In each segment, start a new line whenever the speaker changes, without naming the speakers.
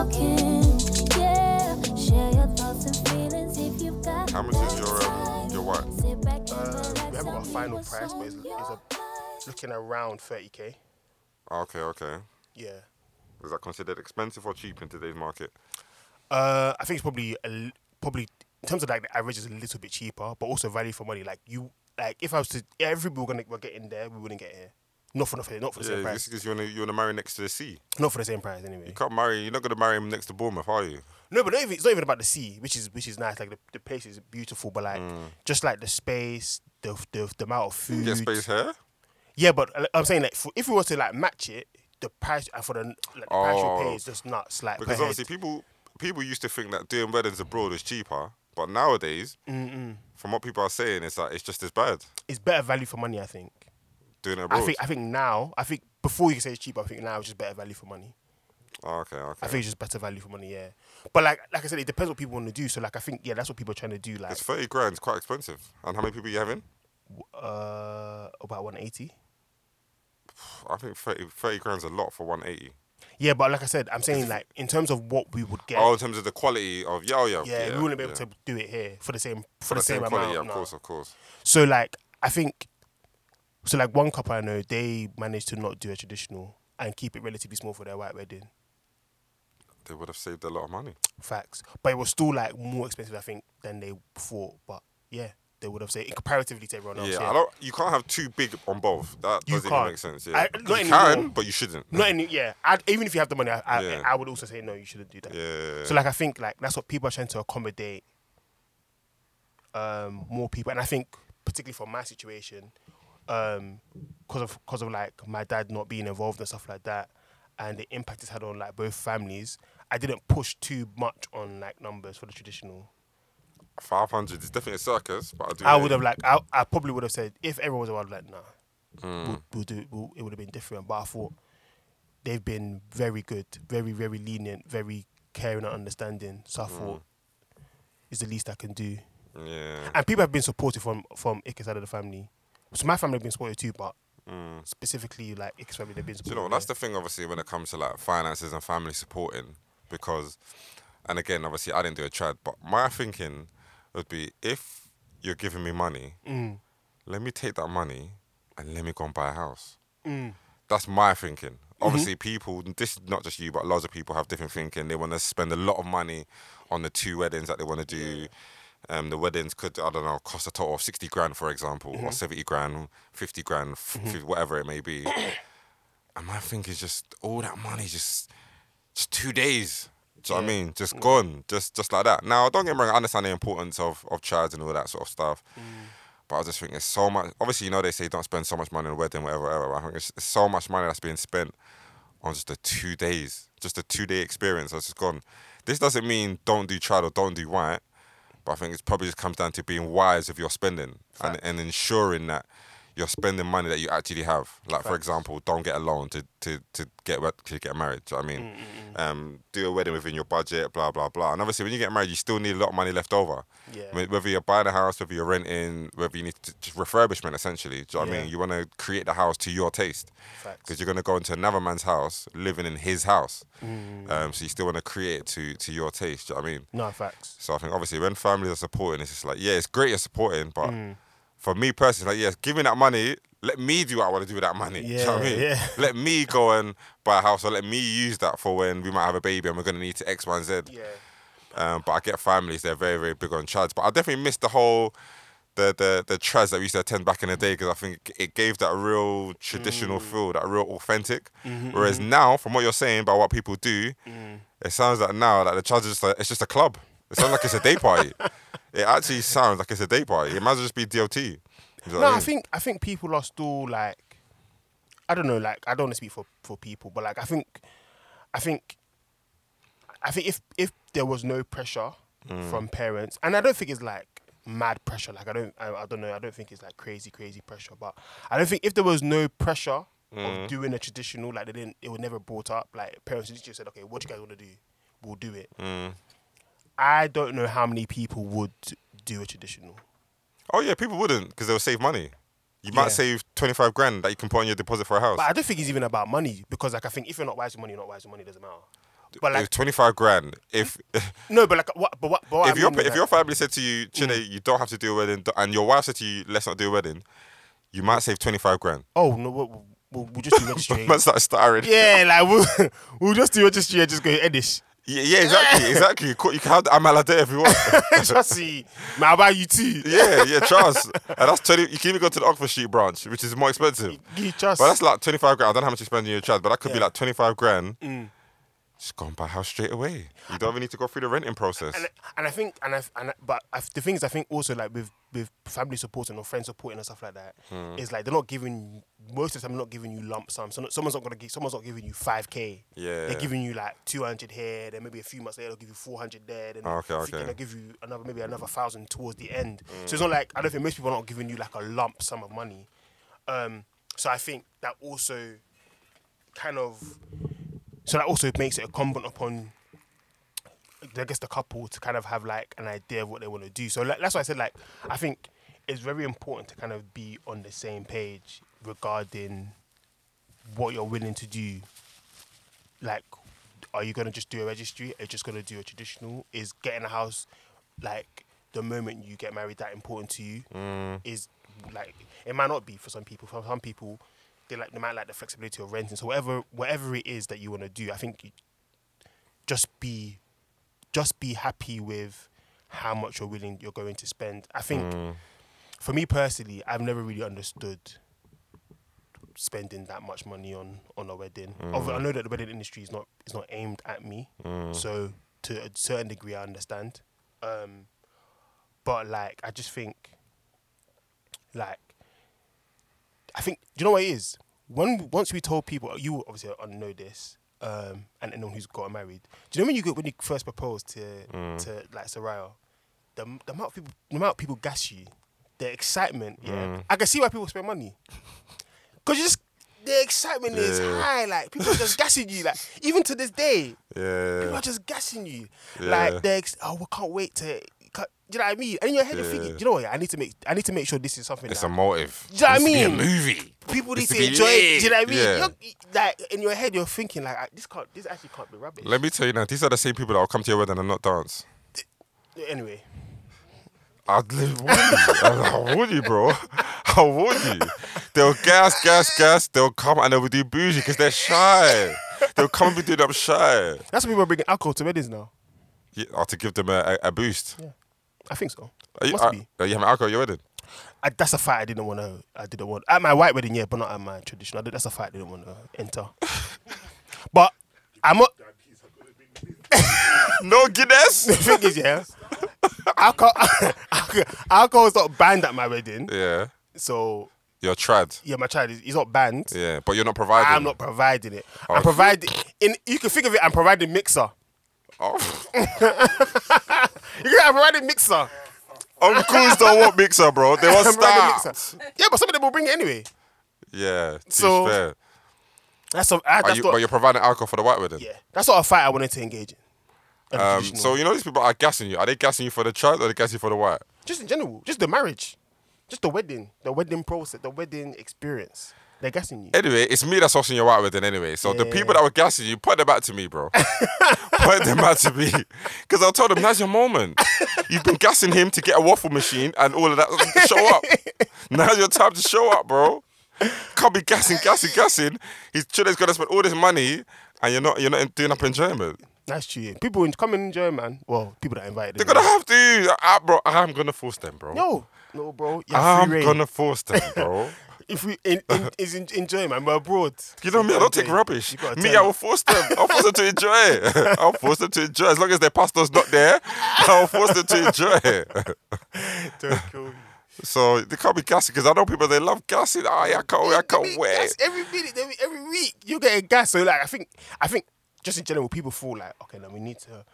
uh, um,
Uh, final price, but it's, it's a, looking around 30k.
Ah, Okay, okay.
Yeah.
Is that considered expensive or cheap in today's market?
Uh, I think it's probably a, l- probably in terms of like the average is a little bit cheaper, but also value for money. Like you, like if I was to, everybody were gonna were getting there, we wouldn't get here. Not for nothing. Not for the
Yeah,
same
this
price.
because you want to you want to marry next to the sea.
Not for the same price anyway.
You can't marry. You're not going to marry him next to Bournemouth, are you?
No, but not even, it's not even about the sea, which is which is nice. Like the, the place is beautiful, but like just like the space, the the, the amount of
Mm. You
food.
get space here.
Yeah, but uh, I'm saying like for, if we were to like match it, the price uh, for the like, the price you
Oh.
pay is just nuts. Like
Because obviously people people used to think that doing weddings abroad is cheaper, but nowadays, from what people are saying, it's like it's just as bad
it's better value for money. I think.
doing it abroad.
I think I think now I think before you can say it's cheap, I think now it's just better value for money.
Oh, okay, okay.
I think it's just better value for money, yeah. But like like I said, it depends what people want to do. So like I think yeah, that's what people are trying to do. Like
it's thirty grand. It's quite expensive. And how many people you having?
uh about one eighty.
I think 30, 30 grand's a lot for one eighty.
Yeah, but like I said, I'm saying like in terms of what we would get,
Oh, in terms of the quality of yeah, yeah,
yeah, we wouldn't be able
yeah.
to do it here for the same for,
For
the, same, amount.
yeah, of
no.
course, of course.
So like I think so like one couple I know, they managed to not do a traditional and keep it relatively small for their white wedding.
They would have saved a lot of money.
Facts. But it was still like more expensive I think than they thought. But yeah, they would have said comparatively to everyone else.
yeah, I don't. You can't have too big on both. That
You
doesn't
can't.
even make sense.
I-
Yeah,
not
you
anymore.
can, but you shouldn't.
Not any, yeah. I'd, even if you have the money, I, I,
Yeah.
I would also say no. You shouldn't do that.
yeah.
So like, I think like that's what people are trying to accommodate um, more people, and I think particularly for my situation, because of because of like my dad not being involved and stuff like that, and the impact it's had on like both families, I didn't push too much on like numbers for the traditional.
Five hundred is definitely a circus, but I do.
I
hear
would
you.
have like I, I probably would have said if everyone was around like nah,
Mm.
we'll, we'll do we'll, it would have been different. But I thought they've been very good, very very lenient, very caring and understanding. So
Mm.
I thought it's the least I can do.
Yeah.
And people have been supportive from from Ike's side of the family. So my family have been supportive too, but specifically like Ike's family they've been
Do Mm. you
supportive.
know what? that's the thing obviously when it comes to like finances and family supporting because and again obviously I didn't do a trad but my thinking would be if you're giving me money let me take that money and let me go and buy a house that's my thinking obviously people this not just you but lots of people have different thinking they want to spend a lot of money on the two weddings that they want to do um, the weddings could I don't know cost a total of sixty grand, for example, or seventy grand, fifty grand, f- f- whatever it may be. and my thing is just all that money is just just two days. Do you know what I mean? Just gone, just just like that. Now don't get me wrong, I understand the importance of of child and all that sort of stuff. But I just think it's so much. Obviously, you know they say don't spend so much money on a wedding, whatever, whatever. But I think it's, it's so much money that's being spent on just the two days, just a two day experience. That's just gone. This doesn't mean don't do child or don't do white, but I think it probably just comes down to being wise with your spending and, and ensuring that you're spending money that you actually have. Like for example, don't get a loan to to, to get wed- to get married. Do you know what I
Mm,
mean? Um, do a wedding within your budget, blah blah blah. And obviously, when you get married, you still need a lot of money left over.
Yeah.
Wh- Whether you're buying a house, whether you're renting, whether you need to, just refurbishment essentially. Do you know what I
Yeah.
mean? You want to create the house to your taste
Facts.
because you're gonna go into another man's house, living in his house.
Mm.
Um, so you still want to create it to to your taste. Do you know what I mean?
no facts.
So I think obviously when families are supporting, it's just like yeah, it's great you're supporting, but
Mm.
for me personally, like yes, give me that money. Let me do what I want to do with that money. Do you know what I
Yeah,
mean?
yeah.
Let me go and buy a house, or let me use that for when we might have a baby and we're gonna need to X, Y, and Z.
Yeah.
Um, but I get families; they're very, very big on trads. But I definitely miss the whole the the the trads that we used to attend back in the day because I think it gave that real traditional
Mm.
feel, that real authentic.
Mm-hmm,
Whereas now, from what you're saying about what people do,
Mm.
it sounds like now that the trads is just a, it's just a club. It sounds like it's a day party. it actually sounds like it's a day party. It might as well just be DLT. You know what
No,
I
I
mean?
think I think people are still like I don't know, like I don't want to speak for, for people, but like I think I think I think if if there was no pressure
Mm.
from parents and I don't think it's like mad pressure, like I don't I, I don't know, I don't think it's like crazy, crazy pressure, but I don't think if there was no pressure
Mm.
of doing a traditional, like they didn't it was never brought up, like parents literally just said, Okay, what do you guys want to do? We'll do it.
Mm.
I don't know how many people would do a traditional.
Oh yeah, people wouldn't because they'll save money. You might
Yeah.
save twenty five grand that you can put on your deposit for a house.
But I don't think it's even about money because like I think if you're not wise with money, you're not wise with money. It doesn't matter. But like Hmm?
twenty five grand. If
no, but like what? But what? But what I
if your
mean Mm. is
if
that-
your family said to you, Chile, you don't have to do a wedding, and your wife said to you, let's not do a wedding, you might save 25 grand.
Oh no, we'll, we'll, we'll just do registry.
Man start starring. Yeah.
yeah, like we'll, we'll just do registry and just go Edish.
yeah, exactly, exactly. You could- you can have the Amalade if you want.
just see, man, I'll buy you tea.
yeah, yeah, Charles. And that's 20, you can even go to the Oxford Street branch, which is more expensive.
Gee, Just
But that's like 25 grand. I don't know how much you spend on your child, but that could be
Yeah. Mm.
like 25 grand. Just go and buy a house straight away. You don't even need to go through the renting process.
and, and I think and I and I, but I, the thing is, I think also like with with family supporting or friends supporting and stuff like that, it's like they're not giving most of the time they're not giving you lump sum. So not- someone's not gonna give someone's not giving you five k.
Yeah.
they're giving you like two hundred here. Then maybe a few months later they'll give you four hundred there. Then
Oh, Okay,
they'll-
okay.
They'll give you another maybe another thousand towards the end. So it's not like I don't think most people are not giving you like a lump sum of money. Um, so I think that also kind of so that also makes it incumbent upon I guess the couple to kind of have like an idea of what they want to do. So like, that's why I said like I think it's very important to kind of be on the same page regarding what you're willing to do. Like, are you gonna just do a registry? Are you just gonna do a traditional? Is getting a house like the moment you get married that important to you? Is like it might not be for some people. For some people, they like they might like the flexibility of renting. So whatever whatever it is that you wanna do, I think you just be just be happy with how much you're willing you're going to spend. I think for me personally, I've never really understood spending that much money on on a wedding. Obvi- I know that the wedding industry is not is not aimed at me, so to a certain degree, I understand. Um, but like, I just think, like, I think do you know what it is? When once we told people, you obviously know this, um, and anyone who's got married. Do you know when you go, when you first proposed to to like Soraya, the, the amount of people the amount of people gas you, the excitement. Yeah, I can see why people spend money. Cause you just the excitement is
Yeah.
high. Like people are just gassing you. Like even to this day, people
Yeah.
are just gassing you.
Yeah.
Like the ex- oh, we can't wait to. Can't, do you know what I mean? And in your head, you're thinking,
Yeah.
do you know what? yeah, I need to make. I need to make sure this is something
It's a
that
motive.
Do you know what I
It needs to
mean?
Be a movie.
people need
it's
to,
to be
enjoy. Do you know what I
lit.
mean?
Yeah.
You're- Like in your head, you're thinking like, I- this can't. This actually can't be rubbish.
Let me tell you now, these are the same people that will come to your wedding and not dance.
anyway,
I'd live would you? I would you, bro? How would you? They'll gas, gas, gas. They'll come and they'll do bougie because they're shy. They'll come and be doing up shy.
that's why people are bringing alcohol to weddings now.
Yeah, or to give them a, a, a boost.
I think so.
Are you, uh,
Must
are,
be.
are you having alcohol at your wedding?
I, that's a fight I didn't want to. I didn't want at my white wedding, yeah, but not at my traditional. That's a fight I didn't want to enter. but I'm not.
No Guinness?
The thing is, yeah, alcohol, alcohol is not banned at my wedding.
Yeah.
So
You're trad.
yeah, my child is he's not banned.
Yeah, Oh. but you're not providing.
I'm not providing it.
Okay.
I'm providing. In you can think of it. I'm providing mixer.
Oh,
You can I'm providing mixer.
uncles don't want mixer, bro. They want
I'm providing
stars.
mixer. Yeah, but some of them will bring it anyway.
Yeah, to so,
So-
fair.
That's a, I,
Are
that's
you,
not.
but you're providing alcohol for the white wedding.
yeah, that's not a fight I wanted to engage in. A
Um,
traditional.
so you know these people are gassing you. Are they gassing you for the trad or they gassing you for the white?
just in general, just the marriage, just the wedding, the wedding process, the wedding experience. They're gassing you.
Anyway, it's me that's hosting your white wedding anyway. So the
Yeah.
people that were gassing you, point them back to me, bro. point them back to me. Because I told them, now's your moment. You've been gassing him to get a waffle machine and all of that. Show up. now's your time to show up, bro. Can't be gassing, gassing, gassing. His children's gonna spend all this money and you're not you're not doing up enjoyment.
That's true. People in, come and enjoy, man. Well, people that invited.
They're gonna have to Ah, bro, I'm gonna force them, bro.
No, no, bro. You have
I'm
free reign.
gonna force them, bro.
If we in, in, is in, enjoy, man, we're abroad.
You know me, I don't take
Enjoy.
rubbish.
You gotta
Me,
tell
I will force them. I'll force them to enjoy. I'll force them to enjoy. As long as their pastor's not there, I'll force them to enjoy.
Don't kill me.
so they can't be gassy because I know people they love gassing. Ah, I can't, I
They
can't
be
wait.
gas Every minute, every, every week, you're getting gas. So like, I think, I think, just in general, people feel like, okay, now we need to.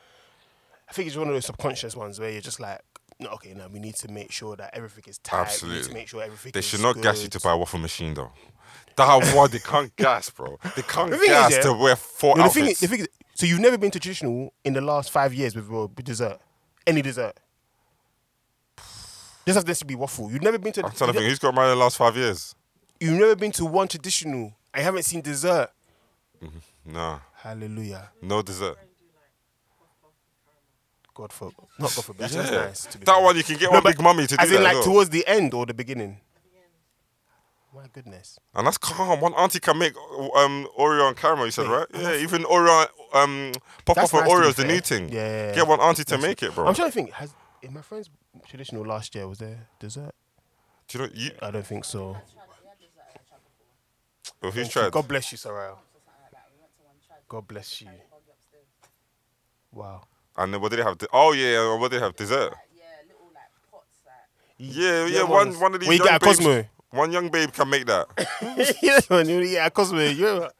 I think it's one of those subconscious ones where you're just like, no, okay, now we need to make sure that everything is tight. We need
Absolutely.
to make sure everything.
They
is
should not gas you to
good.
buy a waffle machine though. That one they can't gas, bro. They can't
The thing is,
gas
yeah,
to wear four
No, the thing, is,
outfits.
the thing is, so you've never been to traditional in the last five years with, uh, with dessert, any dessert. This has to be waffle. You've never been to.
I'm trying to think who's got married in the last five years.
You've never been to one traditional. I haven't seen dessert.
No,
Hallelujah.
no dessert.
God for not God forbid. That's
Yeah.
nice. To be
That
fair.
one you can get
No,
one
but
big mummy to do
As in,
that.
like
as well.
towards the end or the beginning. My goodness.
And that's calm. One auntie can make um, Oreo and caramel. You said
Wait,
right? Yeah, even Oreo um, pop
That's
off and
nice to be
Oreo's the
fair.
new thing.
Yeah, yeah, yeah.
Get one auntie to make it, bro.
I'm trying to think. Has in my friend's traditional last year was there dessert?
Do you know you?
I don't think so.
Well, who's
Thank you.
tried?
Oh, God bless you, Sorrel. God bless you. Wow.
And then what did they have? De- oh yeah, what did they have? Dessert. Yeah, yeah. One, one of these.
We
young
got
babes-
Cosmo.
One young babe can make that.
yeah, man, you- yeah, Cosmo. You remember?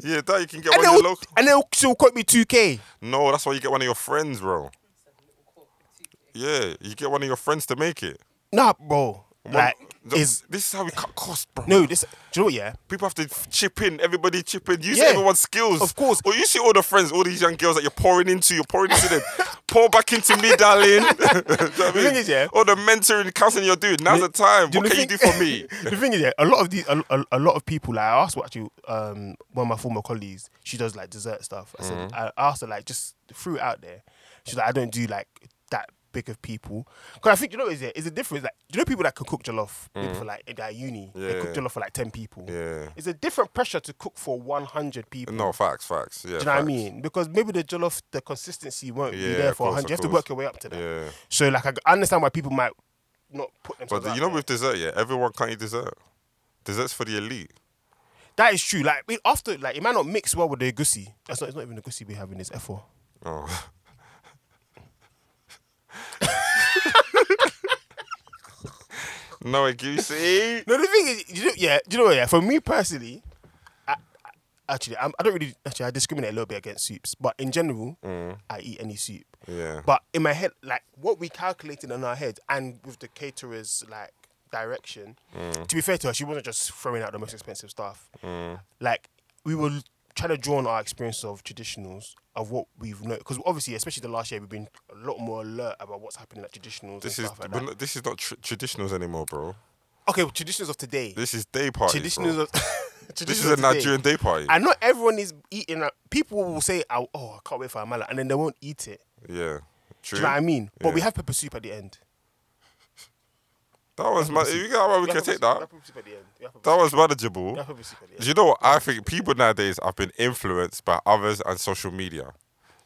yeah, that you can get
and
one of your
they'll
local.
and they'll still quote me two k.
No, that's why you get one of your friends, bro. Yeah, you get one of your friends to make it.
Nah, bro.
One-
Like
th-
is
this is how we cut costs, bro.
no. This do you know what? Yeah,
people have to f- chip in. Everybody chip in. Use
Yeah.
everyone's skills.
Of course.
Or you see all the friends, all these young girls that you're pouring into. You're pouring into them. Pour back into me, darling. Do you know what I
The
mean?
thing is, yeah.
All the mentoring, counseling you're doing. Now's the time.
Do
What
know
can you do
the
for me?
thing- the thing is, yeah, a lot of these, a, a, a lot of people. Like I asked, what actually, um, one of my former colleagues, she does like dessert stuff. I said,
Mm.
I asked her like just threw it out there. She's like, I don't do like that big of people because I think you know what is it is the difference. Like do you know people that can cook jollof maybe for like at uni, they cook
Mm. Yeah.
jollof for like ten people.
Yeah.
It's a different pressure to cook for one hundred people.
No facts, facts. Yeah.
Do you know what I
facts.
mean? Because maybe the jollof, the consistency won't be
Yeah,
there
of
for
course,
100. You
of
have to
course.
work your way up to that.
Yeah.
So, like, I g- I understand why people might not put
But
themselves.
you
out
know,
there.
with dessert, yeah, everyone can't eat dessert. Dessert's for the elite.
That is true. Like we- after, like it might not mix well with the goosey. That's not. It's not even the goosey we have in this F4.
Oh. no, goosey.
No, the thing is, you know, yeah, do you know what? Yeah, for me personally, I, I, actually, I'm, I don't really. Actually, I discriminate a little bit against soups, but in general, I eat any soup.
Mm. Yeah.
But in my head, like what we calculated in our head, and with the caterer's like direction,
Mm.
to be fair to her, she wasn't just throwing out the most expensive stuff. Like we were trying to draw on our experience of traditionals of what we've known, because obviously, especially the last year, we've been a lot more alert about what's happening at traditionals
This
and
is
stuff like
we're
that.
not- this is not tr- traditionals anymore, bro.
okay, well, traditionals of today.
This is day party.
traditionals of. traditionals
This is a
of today.
Nigerian day party.
And not everyone is eating. Like, people will say, "Oh, oh, I can't wait for amala," and then they won't eat it.
yeah, true.
Do you know what I mean? But we
Yeah.
have pepper soup at the end.
that was ma- you got we can
have pepper
take
soup- we
that.
have pepper soup at the end. We have pepper
That
soup-
was
we
manageable.
have pepper soup at the
Do
end.
you know what? I think people nowadays have been influenced by others and social media.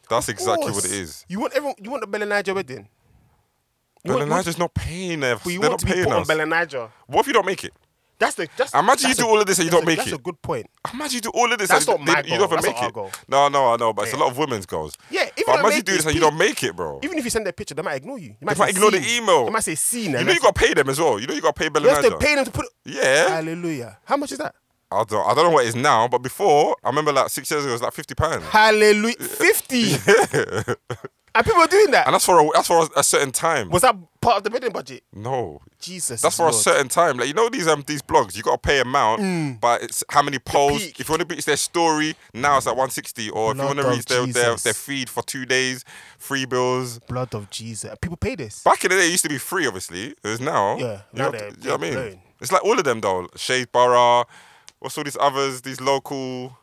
That's exactly what it
Course.
is.
You want everyone. You want the Bella Niger wedding. You
But
want- you want-
Niger's not paying us.
but you
They're
want
not
to be
paying
put on
us.
Bella Niger.
What if you don't make it?
That's the. That's,
Imagine you
that's
do
a-
all of this and you
that's
don't
a-
make
That's
it.
a good point.
Imagine you do all of this
That's
and
not my
you don't
goal.
even
That's
make
not our
it.
goal.
No, no, I know, but it's a
Yeah.
lot of women's goals.
Yeah, if you
but
don't
imagine you
make
do
it,
this and you
peace.
don't make it, bro.
Even if you send their picture, they might ignore you. You might,
might
say
ignore the
seen.
email.
They might say seen.
You know you got to pay them as well. You know you got to pay Bella
You have to
Niger.
pay them to put. it.
Yeah.
Hallelujah. How much is that?
I don't, I don't know what it is now, but before, I remember like six years ago, it was like fifty pounds,
Hallelujah. Fifty. and people are doing that.
and that's for a, that's for a, certain time.
Was that part of the wedding budget?
No,
Jesus.
that's
is
for
Lord.
a certain time. Like you know these um these blogs, you gotta pay amount, but it's how many polls.
Mm. peak.
If you want to reach their story now, it's like one sixty, or if you
Blood
want to
of
reach their, their
Jesus.
their feed for two days, free bills.
Blood of Jesus. People pay this.
Back in the day, it used to be free. Obviously, there's now.
Yeah,
you
now
know,
they're
you know what I mean.
big blowing.
It's like all of them though. Shade Barra, what's all these others? These local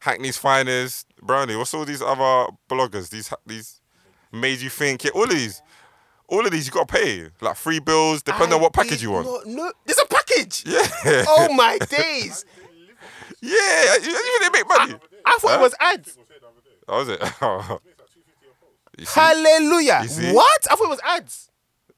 Hackney's Finest, Brownie. What's all these other bloggers? These ha- these made you think. Yeah, all of these, all of these you got to pay like free bills. Depending on
I
what package
did
you want.
not know- There's a package.
Yeah,
Oh my days.
yeah. You, you they make money.
I thought it was ads. Ah.
That was it. you see,
Hallelujah.
You see?
What? I thought it was ads.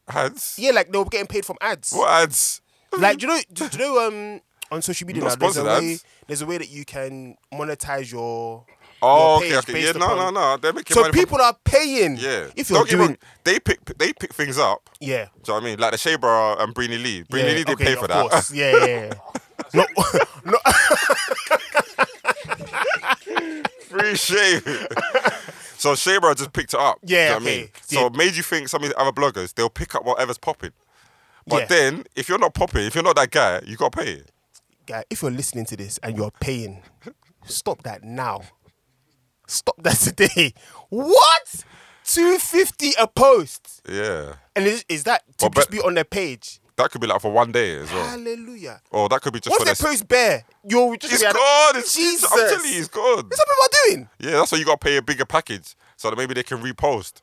ads.
Yeah, like they were getting paid from ads.
What ads?
Like, do you know, do you know, um, on social media
Not
now, there's a,
sponsored
way,
ads.
there's a way that you can monetize your.
Oh,
your
okay,
page
okay. Yeah,
based
no, no,
upon-
no. They're making
So
money. from-
people are paying.
yeah.
If you're
Don't get me
doing.
wrong, they pick they pick things up.
Yeah.
Do you know what I mean? Like the Shea Bar and Brini Lee. Brini Lee didn't
okay,
pay for
of
that.
course. Yeah, yeah, yeah. no, no,
Free shave. so Shea Bar just picked it up.
Yeah,
Do you know what I mean?
okay.
So
Yeah.
it made you think some of these other bloggers, they'll pick up whatever's popping. But
Yeah.
then if you're not popping, if you're not that guy, you gotta pay it.
guy, if you're listening to this and you're paying, stop that now. Stop that today. What? Two fifty a post,
Yeah.
and is, is that to
Well,
just
but-
be on their page?
That could be like for one day as
Ah,
well.
Hallelujah.
Or that could be just
What
for this.
if their post bare? You're just
It's
gonna be like,
gone. It's,
Jesus.
I'm telling you, it's gone.
That's what people are doing.
Yeah, that's why you gotta pay a bigger package so that maybe they can repost.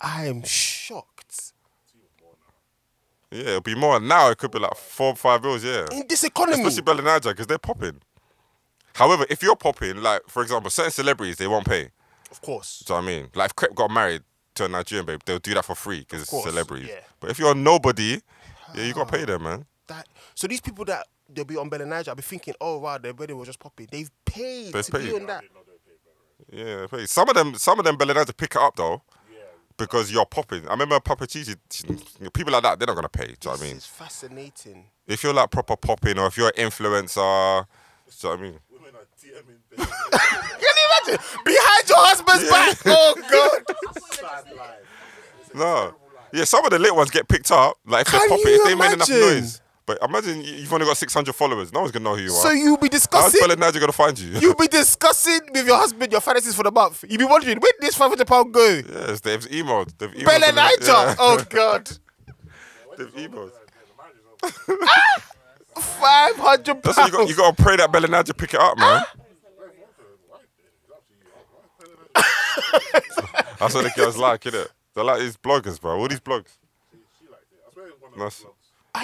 I am shocked.
Yeah, it'll be more now. It could be like four, five bills. Yeah,
in this economy.
especially Belenija because they're popping. However, if you're popping, like for example, certain celebrities, they won't pay.
of course.
Do you know what I mean? Like if Crep got married to a Nigerian babe, they'll do that for free because it's
course,
celebrities.
yeah.
But if you're nobody, yeah, you gotta pay them, man.
That so these people that they'll be on Belenija, I'll be thinking, oh wow, their wedding was just popping. They've paid
They've
to
paid.
be on that.
Yeah, they pay. Some of them, some of them Belen had to pick it up though. Because you're popping. I remember Papa Gigi, people like that, they're not gonna pay. Do you know what I
This
mean?
is fascinating.
If you're like proper popping or if you're an influencer, do you know what I mean?
Women are DMing them.
Can you imagine behind your husband's back? Oh God.
Sad life. It's a
No.
terrible life.
Yeah, some of the lit ones get picked up. Like if
Can
they're popping,
you
if they made enough
imagine?
noise. But imagine you- you've only got 600 followers. No one's gonna know who you
so
are.
you'll be
How's
discussing.
Belen Niger gonna find you?
You'll be discussing with your husband your finances for the month. You'll be wondering where did this five hundred pound go.
yes, they've emailed. They've emailed. Belen-
Belenija.
yeah.
Oh God.
They've emailed.
The marriage is over.
Five hundred
That's what you got.
pounds.
You gotta pray that Belenaja pick it up, man. That's what the girls like, innit? They like these bloggers, bro. All these blogs.
She liked it. I swear it was one of
That's-
the vlogs.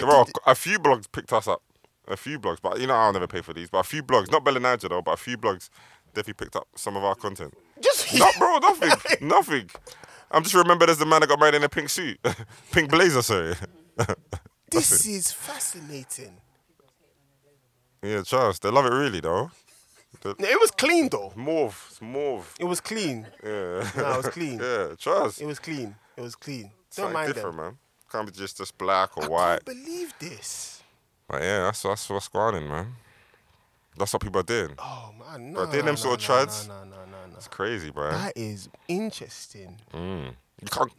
Bro, a few blogs picked us up. A few blogs, but you know I'll never pay for these. But a few blogs, not Belenaja though, but a few blogs definitely picked up some of our content.
Just
No, bro, nothing, nothing. I'm just remembered as the man that got married in a pink suit, pink blazer, sorry.
this is fascinating.
yeah, Charles, they love it really though.
No, It was clean though.
Mauve, it's mauve.
It was clean.
Yeah,
No, it was clean.
yeah, Charles.
It was clean. It was clean. Don't
Something
mind
different,
them.
man. Can't be just just black or
I
white.
can't believe this.
But yeah, that's that's what's going on, man. That's what people are doing.
Oh man, no.
But then them sort of trads.
No, no, no, no.
It's crazy, bro.
That is interesting.
You can't.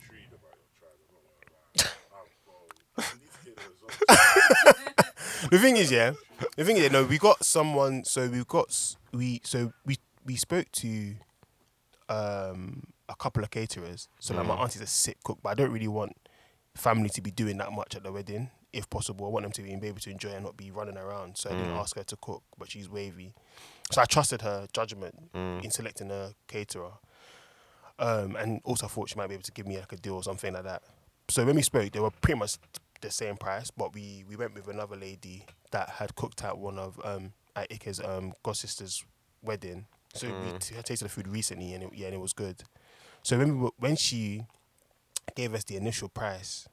The thing is, yeah. The thing is, yeah, no, we got someone. So we got s- we so we we spoke to um a couple of caterers. So like my auntie's a sick cook, but I don't really want family to be doing that much at the wedding, if possible. I want them to be able to enjoy and not be running around. So I didn't ask her to cook, but she's wavy. So I trusted her judgment in selecting a caterer. Um, and also I thought she might be able to give me like a deal or something like that. So when we spoke, they were pretty much the same price, but we we went with another lady that had cooked at one of um at Ike's um god sister's wedding. So we t- had tasted the food recently, and it, yeah, and it was good. So when we were, when she gave us the initial price,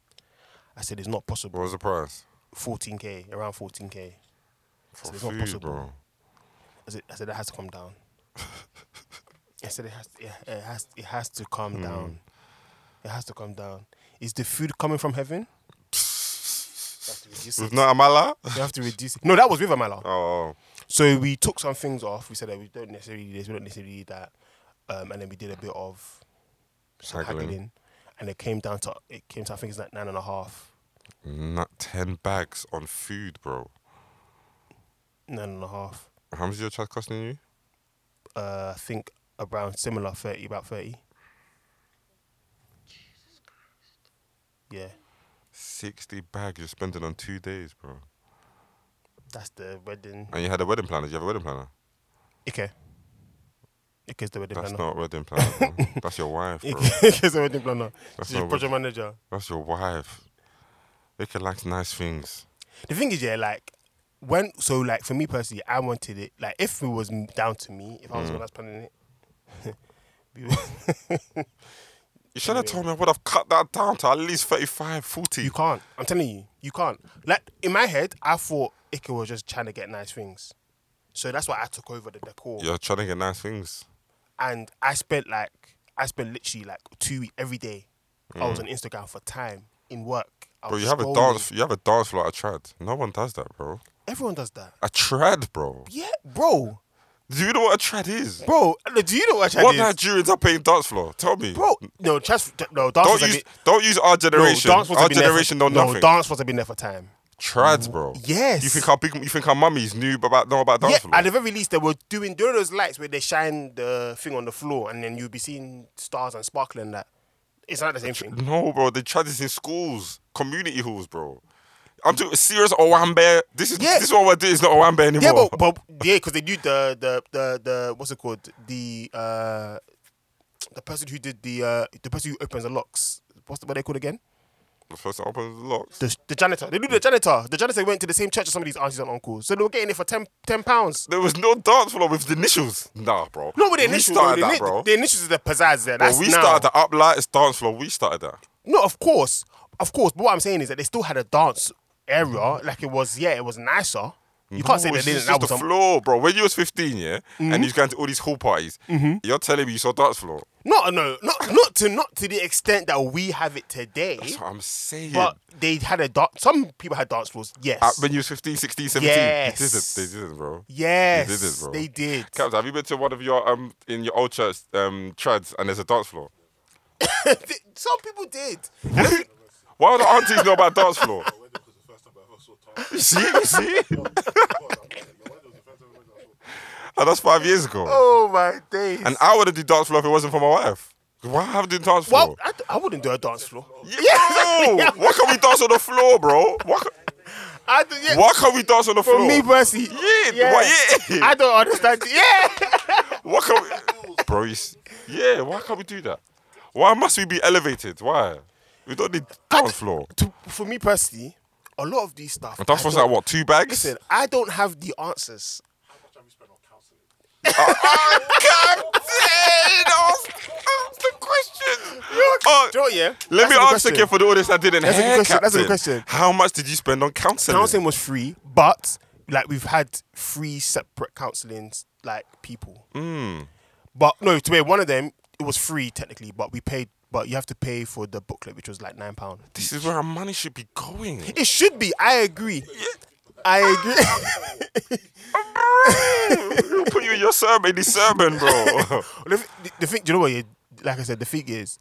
I said it's not
What
possible.
was the price?
Fourteen k, around fourteen k.
For
it's not
food,
possible.
bro.
I said, I said, it has to come down. I said, it has, it, it has, it has to
Hmm.
come down. It has to come down. Is the food coming from heaven? You have to reduce
With
it.
no amala?
You have to reduce it. No, that was with Amala.
Oh,
So we took some things off. We said that we don't necessarily do this, we don't necessarily do that, um, and then we did a bit of some
Haggling.
haggling, and it came down to it came to I think it's like nine and a half,
not ten bags on food, bro.
nine and a half.
How much is your charge costing you?
Uh, I think around similar thirty, about thirty. Yeah,
Sixty bags you're spending on two days, bro.
that's the wedding.
And you had a wedding planner. Do you have a wedding planner?
Okay. Ike's the wedding
That's
planner.
not a wedding planner. bro. That's your wife, bro.
Ike's the wedding planner.
That's
She's
not
project manager.
That's your wife. They can like nice things.
the thing is, yeah, like when so like for me personally, I wanted it like if it was m- down to me, if I
Mm.
was the one that's planning it, we would-
You should have told me I would have cut that down to at least 35, 40.
you can't. I'm telling you, you can't. Like in my head, I thought Ike was just trying to get nice things, so that's why I took over the decor,
You're trying to get nice things.
and I spent like I spent literally like two weeks every day. I was on Instagram for time in work. I
Mm. Bro,
was
you have a
scrolling.
dance you have a dance floor at a trad. No one does that, bro.
Everyone does that.
A trad, bro.
Yeah, bro.
Do you know what a trad is?
Bro, do you know what I
What
did?
Nigerians are playing dance floor? Tell me.
Bro, no, just no. Dance
don't
was a
use
bit-
don't use our
no,
generation.
dance was a
our
bit there for-
generation know
no,
nothing.
dance was to be there for time.
Trads, bro.
Yes.
You think our big you think our mummies knew about know about dance
yeah,
floor?
at the very least, they were doing doing those lights where they shine the thing on the floor, and then you'll be seeing stars and sparkling and that. It's not the same thing.
No, bro, they tried this in schools, community halls, bro. I'm doing serious Owambe. This is
Yeah.
this is what we're doing. It's not Owambe anymore.
Yeah, but, but yeah, because they do the the the the what's it called the uh the person who did the uh the person who opens the locks. What's the, what they called again?
The first that opens the locks.
The, the janitor. They do the janitor. The janitor went to the same church as some of these aunties and uncles. So they were getting it for 10, 10 pounds.
There was no dance floor with the initials. Nah, bro.
No, with the
We
initials.
started
the,
that,
ini-
bro.
the initials is the pizzazz there.
Bro,
That's
we
now.
started the up lightest dance floor. We started that.
No, of course. Of course. But what I'm saying is that they still had a dance area. Like it was, yeah, it was nicer. You can't say
No,
that
it's
they
just
didn't. That was Mm-hmm.
the
some-
floor, bro. When you was 15, yeah, and you was going to all these hall parties,
Mm-hmm.
you're telling me you saw dance floor.
No, no, not not to not to the extent that we have it today.
That's what I'm saying.
But they had a dance. Some people had dance floors. Yes.
Uh, when you was 15, 16, 17,
Yes.
they didn't. They didn't, bro.
yes.
They did it, bro.
They did.
Caps, have you been to one of your um in your old church um trads and there's a dance floor?
some people did.
Why would the aunties know about dance floor?
I went there 'cause the first time I ever saw Tara.
You see, you see,
God, I'm like, your wedding was the first time I went there, I saw Tara.
and that's five years ago.
Oh my days.
And I would have done dance floor if it wasn't for my wife. Why have I done dance floor?
well, I, d- I wouldn't do a dance floor.
Yeah, bro. Why can't we dance on the floor, bro? Why, ca-
I do, yeah.
why can't we dance on the
For
floor?
me, Percy.
Yeah, why- yeah.
I don't understand. Yeah.
Why can't we, bro? you s- yeah, why can't we do that? Why must we be elevated? Why? We don't need dance floor.
To- for me personally, a lot of these stuff.
And dance
I
floor's
don't-
like what? Two bags?
Listen, I don't have the answers.
How much have you spent on counselling?
Oh, Captain, ask, ask the question. Oh,
Do you know what, yeah?
let
That's
me
a good
answer
question.
again for the audience that didn't
That's a good
hear,
question, that's a good
Captain.
question.
How much did you spend on counselling?
Counseling was free, but like we've had three separate counseling like people. But no, to me, one of them it was free technically, but we paid. But you have to pay for the booklet, which was like nine pound.
This is where our money should be going.
It should be. I agree. I agree.
We'll put you in your sermon, this sermon, bro.
the, the, the thing, do you know what? Yeah, like I said, the thing is,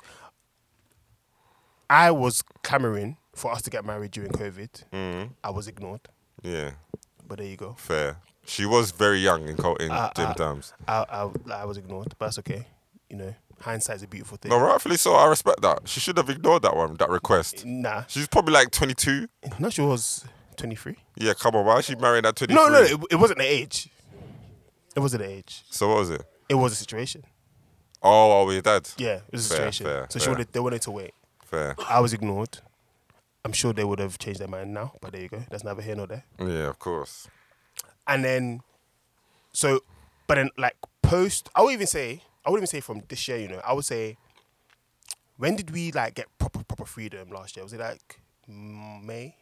I was clamoring for us to get married during COVID. I was ignored,
yeah,
but there you go.
fair. She was very young in Colton,
Uh,
Jim
uh,
Dams.
I, I, like, I was ignored, but that's okay. You know, hindsight's a beautiful thing.
No, rightfully so. I respect that. She should have ignored that one, that request.
Nah,
She's probably like 22.
no, she was 23.
Yeah, come on, why is she married at 23?
No, no, it, it wasn't the age. It wasn't the age.
So what was it?
It was a situation.
Oh, oh, your dad.
Yeah, it was a
Fair,
situation.
fair,
so she
fair.
wanted, they wanted to wait.
Fair.
I was ignored. I'm sure they would have changed their mind now, but there you go. That's neither here nor there.
Yeah, of course.
and then so but then like post i would even say i would even say from this year you know i would say when did we like get proper proper freedom last year was it like mm, may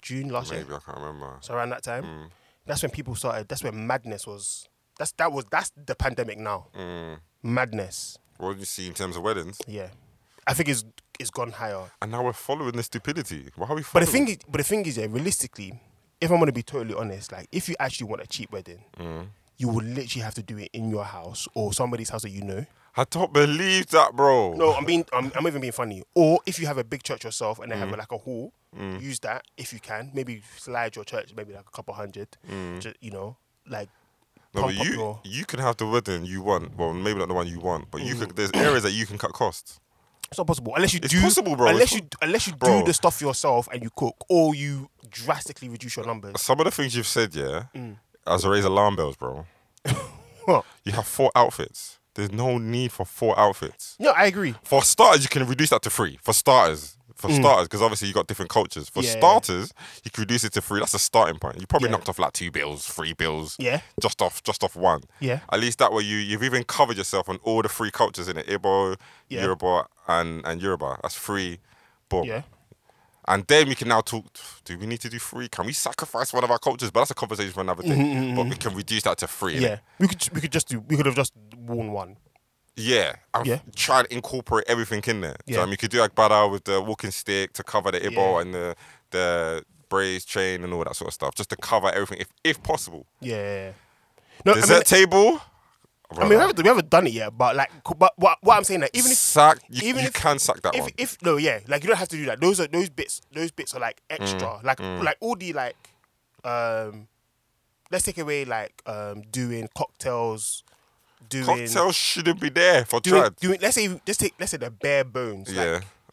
june last
Maybe
year
I can't remember.
so around that time
Mm.
that's when people started that's when madness was that's that was that's the pandemic now
Mm.
madness
What did you see in terms of weddings?
yeah i think it's it's gone higher
And now we're following the stupidity. Why are we
But
following?
the thing is, but the thing is, yeah, realistically, if I'm gonna be totally honest, like if you actually want a cheap wedding,
Mm.
you would literally have to do it in your house or somebody's house that you know.
I don't believe that, bro.
No, I'm being, I'm, I'm even being funny. Or if you have a big church yourself and they
Mm.
have like a hall, use that if you can. Maybe slide your church, maybe like a couple hundred, ju- you know, like
Mm. No, but
pump up
you
your-
you can have the wedding you want. Well, maybe not the one you want, but you
Mm.
could. There's areas that you can cut costs.
It's not possible unless you
It's
do.
possible, bro.
Unless
It's
you unless you
Bro.
do the stuff yourself and you cook, or you drastically reduce your numbers.
Some of the things you've said, yeah,
Mm.
as raised alarm bells, bro.
Huh.
You have four outfits. There's no need for four outfits.
No, I agree.
For starters, you can reduce that to three. For starters, for starters, because obviously you got different cultures. For
Mm. Yeah.
starters, you can reduce it to three. That's a starting point. You probably
Yeah.
knocked off like two bills, three bills.
Yeah.
Just off, just off one.
Yeah.
At least that way you you've even covered yourself on all the three cultures in it: Igbo,
Yeah.
Yoruba, and and Yoruba. That's three. Boom.
Yeah.
And then we can now talk. Do we need to do three? Can we sacrifice one of our cultures? But that's a conversation for another thing. But we can reduce that to three. innit?
Mm-hmm, Yeah, we could we could just do we could have just worn one.
Yeah, I'm
Yeah.
trying to incorporate everything in there. So,
Yeah.
I mean, you could do like Bada with the walking stick to cover the Ibo
Yeah.
and the the braised chain and all that sort of stuff, just to cover everything if if possible.
Yeah. No, I
Dessert
mean,
table.
I mean we, haven't, we haven't done it yet, but like, co- but what, what I'm saying, like, even if
sack. You,
even
you
if-
can sack that
if,
one.
if no, yeah, like you don't have to do that. Those are those bits. Those bits are like
Mm,
extra. like like all the like, um, let's take away like um doing cocktails, doing
Cocktails shouldn't be there for
doing,
trad.
doing. Let's say just take let's say the bare bones.
Yeah.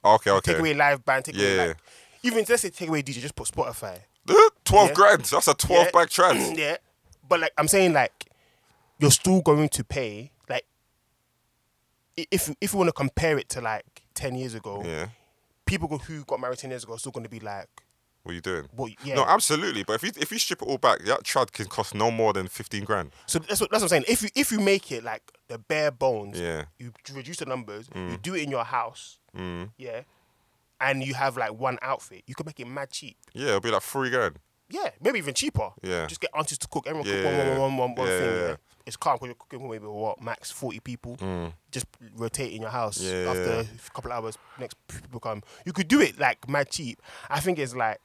Like,
okay. Okay.
Take away live band. Take
Yeah.
away like, even let's say take away DJ. Just put Spotify.
Uh, twelve
Yeah.
grand. That's a twelve
Yeah.
bag trad.
yeah, but like I'm saying, like you're still going to pay. Like i- if if you want to compare it to like ten years ago,
yeah.
people go- who got married ten years ago are still going to be like,
What are you doing?
What- yeah.
No, absolutely. But if you if you strip it all back, that trad can cost no more than fifteen grand.
so that's what that's what I'm saying. If you if you make it like the bare bones,
Yeah. Mm.
you d- reduce the numbers, you do it in your house, yeah, and you have like one outfit, you can make it mad cheap.
Yeah, it'll be like three grand.
Yeah, maybe even cheaper.
Yeah.
Just get aunties to cook. Everyone cook
Yeah,
one,
yeah,
one, one, one, one
yeah.
thing.
Yeah,
Yeah.
yeah. Mm.
It's calm because you're cooking for maybe what max forty people. Just rotate in your house.
Yeah,
After
yeah.
a couple of hours, next people come. You could do it like mad cheap. I think it's like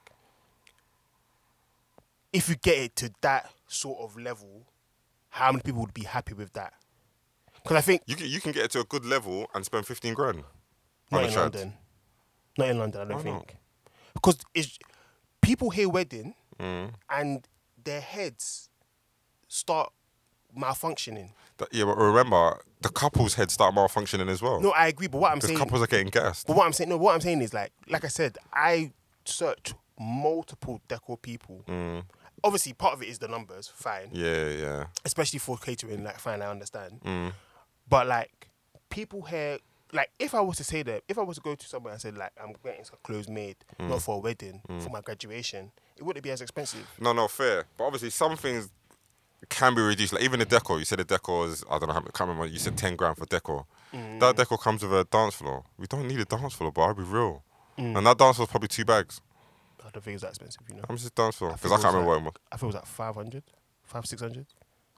if you get it to that sort of level, how many people would be happy with that? Because I think
You can you can get it to a good level and spend fifteen grand.
not
on a
in
trad.
London. Not in London, I don't
Why not? Mm.
think. Because it's, people hear wedding and their heads start malfunctioning.
That- yeah, but remember the couple's heads start malfunctioning as well.
No, I agree, but what I'm
Because
saying
couples are getting gassed.
but what I'm saying no, what I'm saying is like like I said, I search multiple decor people.
Mm.
Obviously part of it is the numbers, fine.
Yeah, yeah.
especially for catering, like fine, I understand.
Mm.
But like people here, like if I was to say that, if I was to go to somewhere and say like I'm getting some clothes made,
Mm.
not for a wedding, for my graduation, it wouldn't be as expensive.
No, no, fair. But obviously, some things can be reduced. Like even the decor. You said the decor is I don't know. how much- can't remember. You said ten grand for decor.
Mm.
That decor comes with a dance floor. We don't need a dance floor, but I'll be real.
Mm.
And that dance floor's probably two bags.
I don't think it's that expensive, you know.
How much is the dance floor?
think
Um, Because I,
it
can't
was
remember
like-
what it was.
I think it was like 500, 500, 600.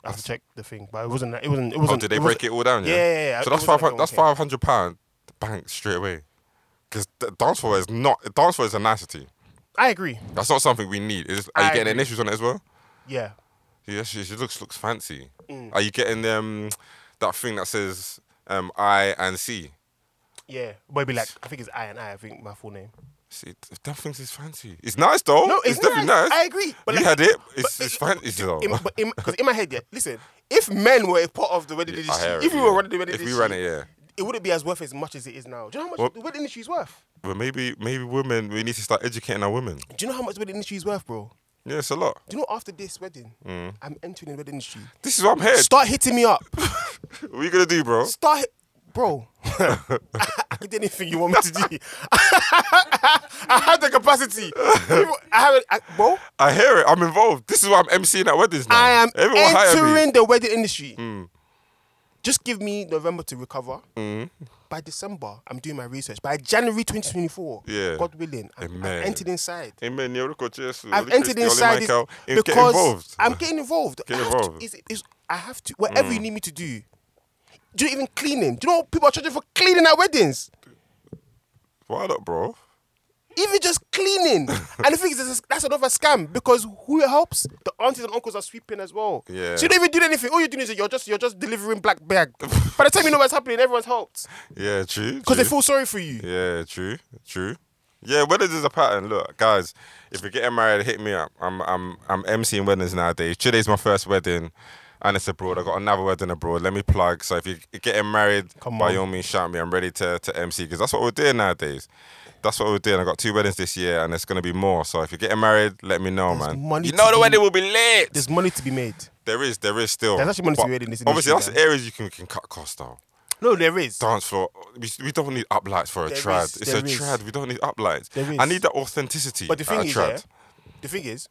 I have to check the thing, but it wasn't. It wasn't. It wasn't.
Oh, did they
wasn't-
break it all down? Yeah,
Yeah, yeah, yeah.
So that's
It wasn't
five.
like,
hun- That's
okay.
five hundred pound bank straight away. Because the dance floor is not. The dance floor is a nicety.
I agree.
That's not something we need. It's, are you
I
getting
agree.
initials on it as well?
Yeah.
Yeah, she, she looks looks fancy.
Mm.
Are you getting um that thing that says um I and C?
Yeah, maybe like I think it's I and I. I think my full name.
See, that thing is fancy. Oh, It's nice though.
No, it's,
definitely nice.
I agree. But
you
like,
had it. It's, it's fancy though.
in, but in, cause in my head, yeah, listen, if men were a part of the wedding
I
industry,
hear it,
if we were
yeah.
running the wedding
If we
industry,
ran it, yeah.
it wouldn't be as worth as much as it is now. Do you know how much
Well-
the wedding industry is worth?
but maybe maybe women we need to start educating our women.
Do you know how much the wedding industry is worth, bro?
Yeah, it's a lot.
Do you know after this wedding,
Mm.
I'm entering the wedding industry.
This is what I'm here.
Start hitting me up.
What are you gonna do, bro?
Start, hit- bro. I, could do anything you want me to do. I have the capacity. People- I have, I, bro.
I hear it. I'm involved. This is why I'm emceeing at weddings now.
I am
Everyone hire me. Hmm.
entering the wedding industry. Just give me November to recover.
Hmm.
By December, I'm doing my research. By January 2024,
Yeah.
God willing, I'm, I'm
Amen.
entered inside.
Amen. You're a Jesus.
I've
Holy
entered
Christ,
inside
Holy
this
Michael. And
because
get involved.
I'm getting involved.
Get
I have
involved. Hmm.
To, it's, it's, I have to. Whatever you need me to do. Do even cleaning. Do you know people are charging for cleaning at weddings?
Why not, bro?
Even just cleaning. and the thing is, that's- that's another scam because who helps? The aunties and uncles are sweeping as well.
Yeah.
So you don't even do anything. All you're doing is you're just you're just delivering black bag. By the time you know what's happening, everyone's helped
Yeah, true.
because they
true.
feel sorry for you.
Yeah, true, true. Yeah, weddings is a pattern. Look, guys, if you're getting married, hit me up. I'm I'm I'm emceeing weddings nowadays. Chille's my first wedding, and it's abroad. I got another wedding abroad. Let me plug. So if you're getting married,
Come
by
on.
all means, shout me. I'm ready to to MC because that's what we're doing nowadays. That's what we're doing. I got two weddings this year, and there's gonna be more. So if you're getting married, let me know,
There's
man.
money
you
to
know the
be-
wedding will be lit.
There's money to be made.
There is, there is still.
There's actually money to
But
be made in this
Obviously, that's
industry,
areas you can can cut costs though
No, there is.
dance floor. We, we don't need uplights for a
There
trad.
is,
it's
there
a
is.
trad. We don't need uplights.
There
I
is.
need that authenticity.
But the
at
thing
a
is, eh?
trad.
yeah, the thing is,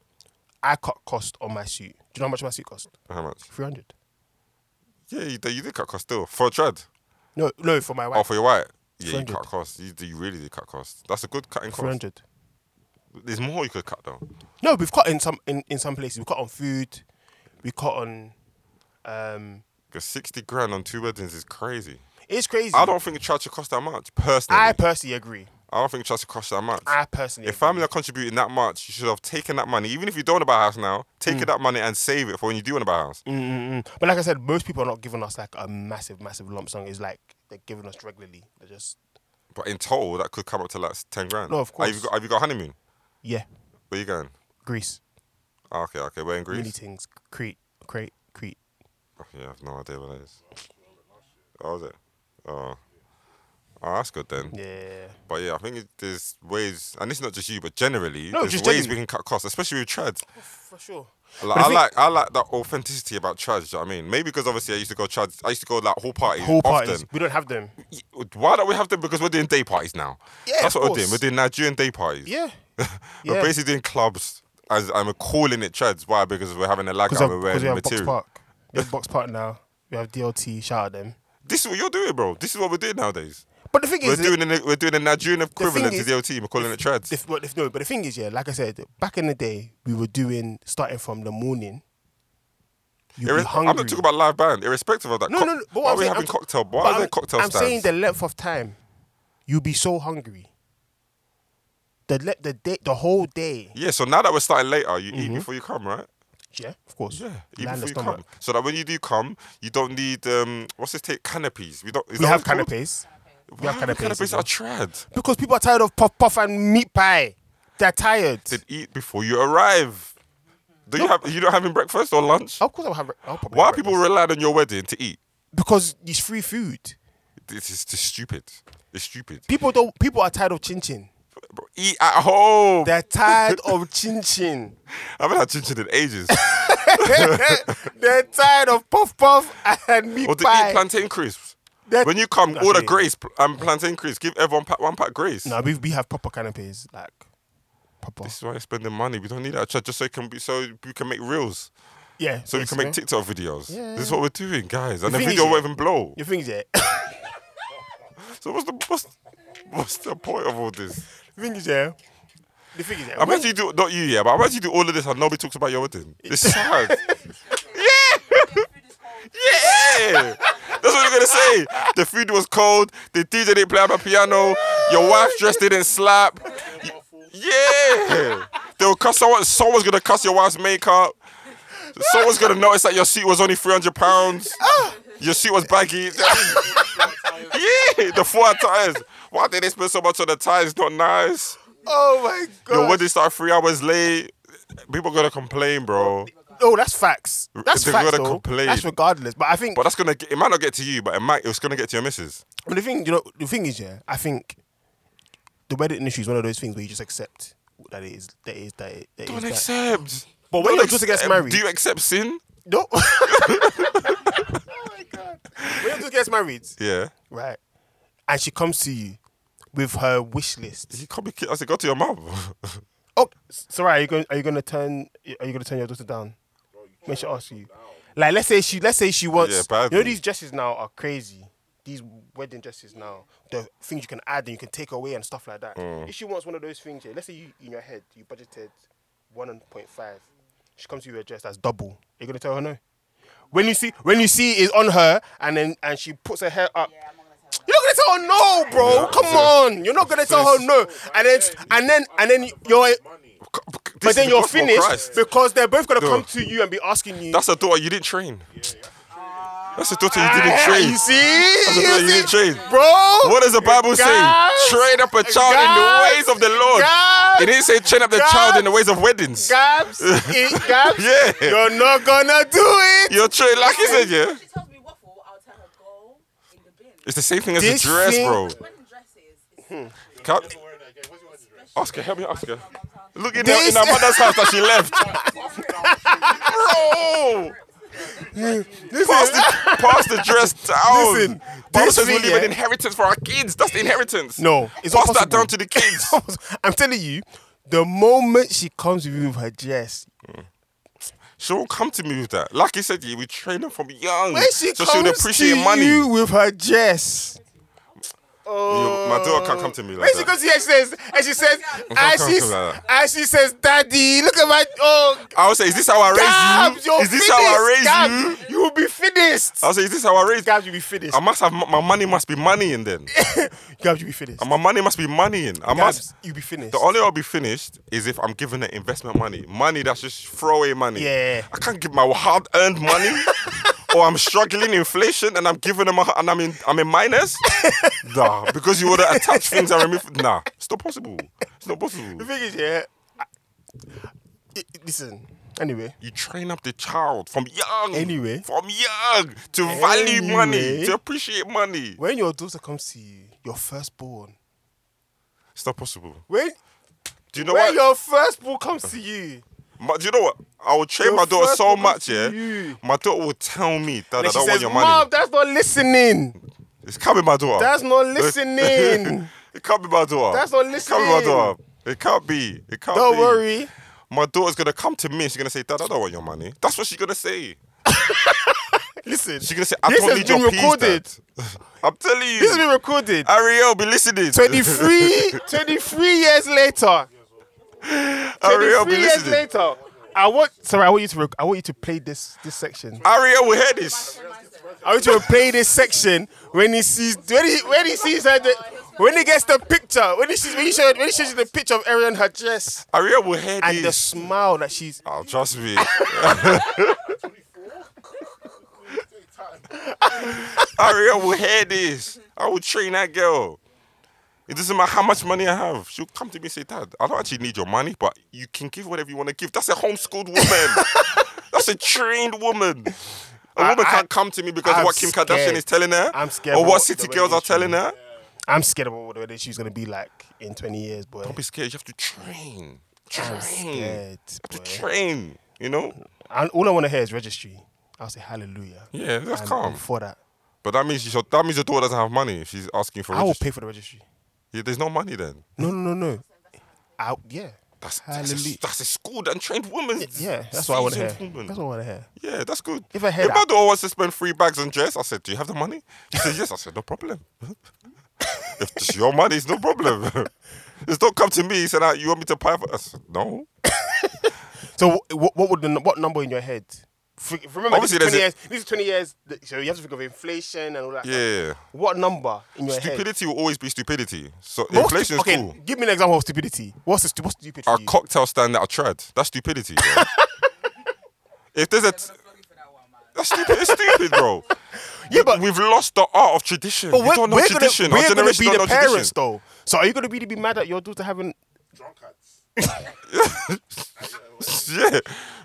I cut cost on my suit. Do you know how much my suit cost?
How much?
Three hundred.
Yeah, you, you did cut costs still for a trad.
No, no, for my
Oh,
wife.
for your white. Yeah, you
300.
cut costs. You, you really did cut costs. That's a good cutting
Three
cost.
hundred.
There's more you could cut though.
No, we've cut in some in, in some places. We cut on food. We cut on. Um,
Because 60 grand on two weddings is crazy.
it's crazy.
I don't think trad should cost that much, personally.
I
I,
personally agree.
don't think trad should cost that much.
I personally.
if
agree.
family are contributing that much, you should have taken that money, even if you don't want to buy a house now, take
Mm.
that money and save it for when you do want to buy a house.
Mm-mm-mm. But like I said, most people are not giving us like a massive, massive lump sum. It's like they're giving us regularly. They're just
But in total, that could come up to like 10 grand.
No, of
Have you
course.
got, have you got honeymoon?
yeah,
Where you going?
Greece,
Ah, okay, okay. We're in Greece.
mini things, Crete, Crete, Crete.
Oh, yeah, I have no idea what that is. Oh, is it? Oh. Oh, that's good then.
Yeah,
But yeah, I think it, there's ways, and it's not just you, but generally,
No,
there's
just
ways
generally.
we can cut costs, especially with trads.
for sure.
Like, I like I like that authenticity about trad. Do you know what I mean? Maybe because obviously I used to go trad. I used to go like whole parties.
Whole
often.
parties. We don't have them.
Y- Why don't we have them? Because we're doing day parties now.
Yeah,
that's
of
what we're doing. We're
course.
doing Nigerian day parties.
Yeah.
we're
yeah.
basically doing clubs. As I'm calling it trads. Why? Because we're having a lag
Because
and
we
we're
have
wearing
Box
material.
Park. We have Box Park now. We have DLT. Shout out them.
This is what you're doing, bro. This is what we're doing nowadays.
But the thing
We're
is,
doing an, we're doing a Nigerian equivalent
is-
to DLT. We're calling it trads.
If, well, if no, but the thing is, yeah, like I said, back in the day, we were doing starting from the morning. You'd
Irre-
be hungry.
I'm not talking about live band, irrespective of that.
no,
Co-
no, no. But what
Why
I'm
are we
saying-
having
I'm-
cocktail?
but
Why are
I'm-
there cocktail
I'm
stands?
saying the length of time, you'll be so hungry. The le- the day, the whole day.
yeah, so now that we're starting later, you eat before you come, right?
Mm-hmm. Yeah, of course.
Yeah, eat
Land
before you
the stomach.
come. So that when you do come, you don't need um, what's this take canopies. We don't. Is
We
that
have
what it's called?
canapes
Why
have
are
canapes
Canapes
as well.
are trad.
because people are tired of puff puff and meat pie. They're tired.
Then eat before you arrive. Do you have? You not having breakfast or lunch?
Of course, I'll have. I'll probably
Why
have
are people
breakfast.
relying on your wedding to eat?
Because it's free food.
This is just stupid. It's stupid.
People don't. People are tired of chin chin.
Bro, eat at home.
They're tired of chin chin.
I haven't had chinchin in ages.
They're tired of puff puff and meat
or to
pie.
eat plantain crisps.
That-
when you come,
That's
order
it.
grace pl- and plantain crisps. Give everyone pack, one pack grace.
no, we, we have proper canapes like proper.
This is why you're spending money. We don't need that just so it can be so we can make reels.
Yeah.
So we can make
basically.
TikTok videos.
Yeah,
This is
yeah.
what we're doing, guys. And the
thing is,
video won't
yeah.
even blow.
Your things, yeah.
So what's the what's, what's the point of all this?
The thing is, yeah. The thing is, yeah.
I
when-
imagine you do not you, yeah, but I imagine you do all of this and nobody talks about your wedding. It's sad. yeah. That's what you're gonna say. The food was cold. The DJ didn't play on the piano. Your wife dress didn't slap. Yeah. They will cuss someone. Someone's gonna cuss your wife's makeup. Someone's gonna notice that your suit was only 300 pounds. Your suit was baggy. yeah. The four tires. Why did they spend so much on the tires? It's not nice.
oh my god.
Your wedding start three hours late. People gonna complain, bro.
No, Oh, that's facts. That's
They're
facts.
gonna
Though.
complain.
That's regardless. But I think.
But that's gonna get, it might not get to you, but it might it's gonna get to your missus.
But the thing, you know, the thing is, yeah, I think the wedding industry is one of those things where you just accept that it is, that it is, that it, that it is
Don't
that.
accept.
But when
Don't
you're just
accept-
gets married-
do you accept sin?
No. oh my god. When you two gets married,
Yeah.
right, and she comes to you with her wish list.
You can't be. ki- I said, go to your mum.
Oh, Sarah, are you going? Are you going to turn? Are you going to turn your daughter down? When she asks you, like, let's say she, let's say she wants.
Yeah, badly.
you know, these dresses now are crazy. These wedding dresses now, the things you can add and you can take away and stuff like that.
Mm.
If she wants one of those things, yeah, let's say you in your head you budgeted one point five. She comes to you with a dress that's double. Are you gonna tell her no? When you see when you see it on her and then and she puts her hair up.
Yeah, I'm not gonna tell you.
You're not gonna tell her no, bro. Come on, you're not gonna tell her no. And then and then and then you're
Money.
but then you're finished because they're both gonna
Yeah.
come to you and be asking you.
That's a daughter you didn't train. That's a daughter you didn't
Ah,
train.
You see,
That's a daughter you didn't train.
bro.
What does the Bible
Guys,
say? Train up a child
guys,
in the ways of the Lord.
Guys,
it didn't say train up the
guys,
child in the ways of weddings.
Gabs, it, Gabs.
Yeah.
You're not gonna do it.
You're trained, like you said, yeah.
She tells me waffle, I'll tell her go in the bin.
It's the same thing as
This
a dress,
thing-
bro.
Wedding dresses is special.
Can't,
Never wearing that again. What's your wedding dress?
Oscar, help me, Oscar.
I'm telling you.
Look in, her, in
This-
her mother's house that she left. Bro! pass, the, pass the dress down.
Listen,
Bible
this
says we
thing,
leave an
yeah.
inheritance for our kids. That's the inheritance.
No, it's
pass
not
that
possible.
down to the kids.
I'm telling you, the moment she comes with you with her dress,
Mm. she won't come to me with that. Like you said, yeah, we train them from young,
when she
so
comes
she'll appreciate
to
money.
you with her dress.
You- my daughter can't come to me
When
like
she
that.
comes here, she says, and she says, and
come
she,
to me like
and she says, Daddy, look at my oh,
I would say, is this how I raise
Gabs,
you?
you're
Is this how I raise you?
finished. Gabs, you will be finished.
I would say, is this how I raise?
Gabs, you'll be finished.
I must have my money. Must be money in then.
Gabs, you'll be finished.
my money must be money in. I must.
Gabs, you'll be finished.
The only way I'll be finished is if I'm given the investment money. Money that's just throwaway money.
Yeah.
I can't give my hard earned money. or I'm struggling inflation and I'm giving them a, and I'm in I'm in minus. nah. Because you wanna attach things and remove nah. It's not possible. It's not possible.
the thing is, yeah. I, I- listen. Anyway,
You train up the child from young.
Anyway.
From young to value money,
Anyway.
to appreciate money.
when your daughter comes to you, your firstborn.
It's not possible.
When
Do you know
when
what?
your firstborn comes to you,
Ma- Do you know what? I would train
Your
my daughter
first
so
will come
much,
to
yeah.
you.
My daughter will tell me, Dad, I
And she
don't want
says,
your
Mom,
money.
that's not listening.
It's coming, my daughter.
That's not listening.
it can't be my daughter.
That's not
It can't be my
listening.
daughter. It can't be. It can't
Don't
be.
worry.
My daughter's gonna come to me and she's gonna say, Dad, I don't want your money. That's what she's gonna say.
Listen,
She's gonna say, I
This
don't
has
need
been
your peas,
recorded.
Dad." I'm telling you.
this has been recorded.
Ariel, be listening.
23, 23 years later.
Ariel,
23
be
years
listening.
later. I want, sorry, I want you to, rec- I want you to play this, this section.
Ariel will hear this.
I want you to play this section when he sees, when he, when he sees her, the, when he gets the picture, when he sees, when he shows, when he shows you the picture of Ariel in her dress
Ariel will hear
and the
this.
smile that she's,
Oh, trust me. Ariel will hear this. I will train that girl. It doesn't matter how much money I have. She'll come to me and say, Dad, I don't actually need your money, but you can give whatever you want to give. That's a homeschooled woman. That's a trained woman. A
I-
woman
I-
can't come to me because
I'm
of what Kim Kardashian
scared.
is telling her.
I'm scared
Or
of
what
what
city
the
girls are
radiation-
telling her.
I'm scared about what the way she's going to be like in 20 years, boy.
Don't be scared. You have to train.
I'm
Train. You
scared,
have to
boy.
train. You know?
And all I want to hear is registry. I'll say hallelujah.
Yeah, that's
And
calm.
For that,
But that means, she, so that means your daughter doesn't have money if she's asking for
I will
registry.
pay for the registry.
Yeah, there's no money then.
No, no, no, no. I, yeah.
That's, that's,
Hallelujah.
a, that's a schooled and trained woman.
Yeah, that's what I want to hear.
Seasoned woman.
That's what I want to hear.
Yeah, that's good.
If I heard
if my
that-
daughter wants to spend three bags on dress, I said, "Do you have the money?" She said, "Yes." I said, "No problem. if it's your money, it's no problem. Just don't come to me saying, ah, you want me to pay for." I said, no.
So, what, what would the, n- what number in your head? Fi- Remember,
Obviously,
this is 20
there's
years. This is 20 years. th- So you have to think of inflation and all that. stuff.
Yeah,
What number in your head?
stupidity will always be stupidity. So
But what's
inflation is
stu- okay,
cool.
give me an example of stupidity. What's the stu- what's stupid?
Our
for you?
cocktail stand that I tried. That's stupidity. bro. if there's a, t-
Sorry for that one, man.
that's stupid. It's stupid, bro.
yeah, but
We've lost the art of tradition.
but
we
we're,
don't know
we're gonna,
tradition. Our
we're gonna
generation
be
don't
the
know tradition.
parents though. So are you gonna really be mad at your daughter having?
Drunkards.
yeah.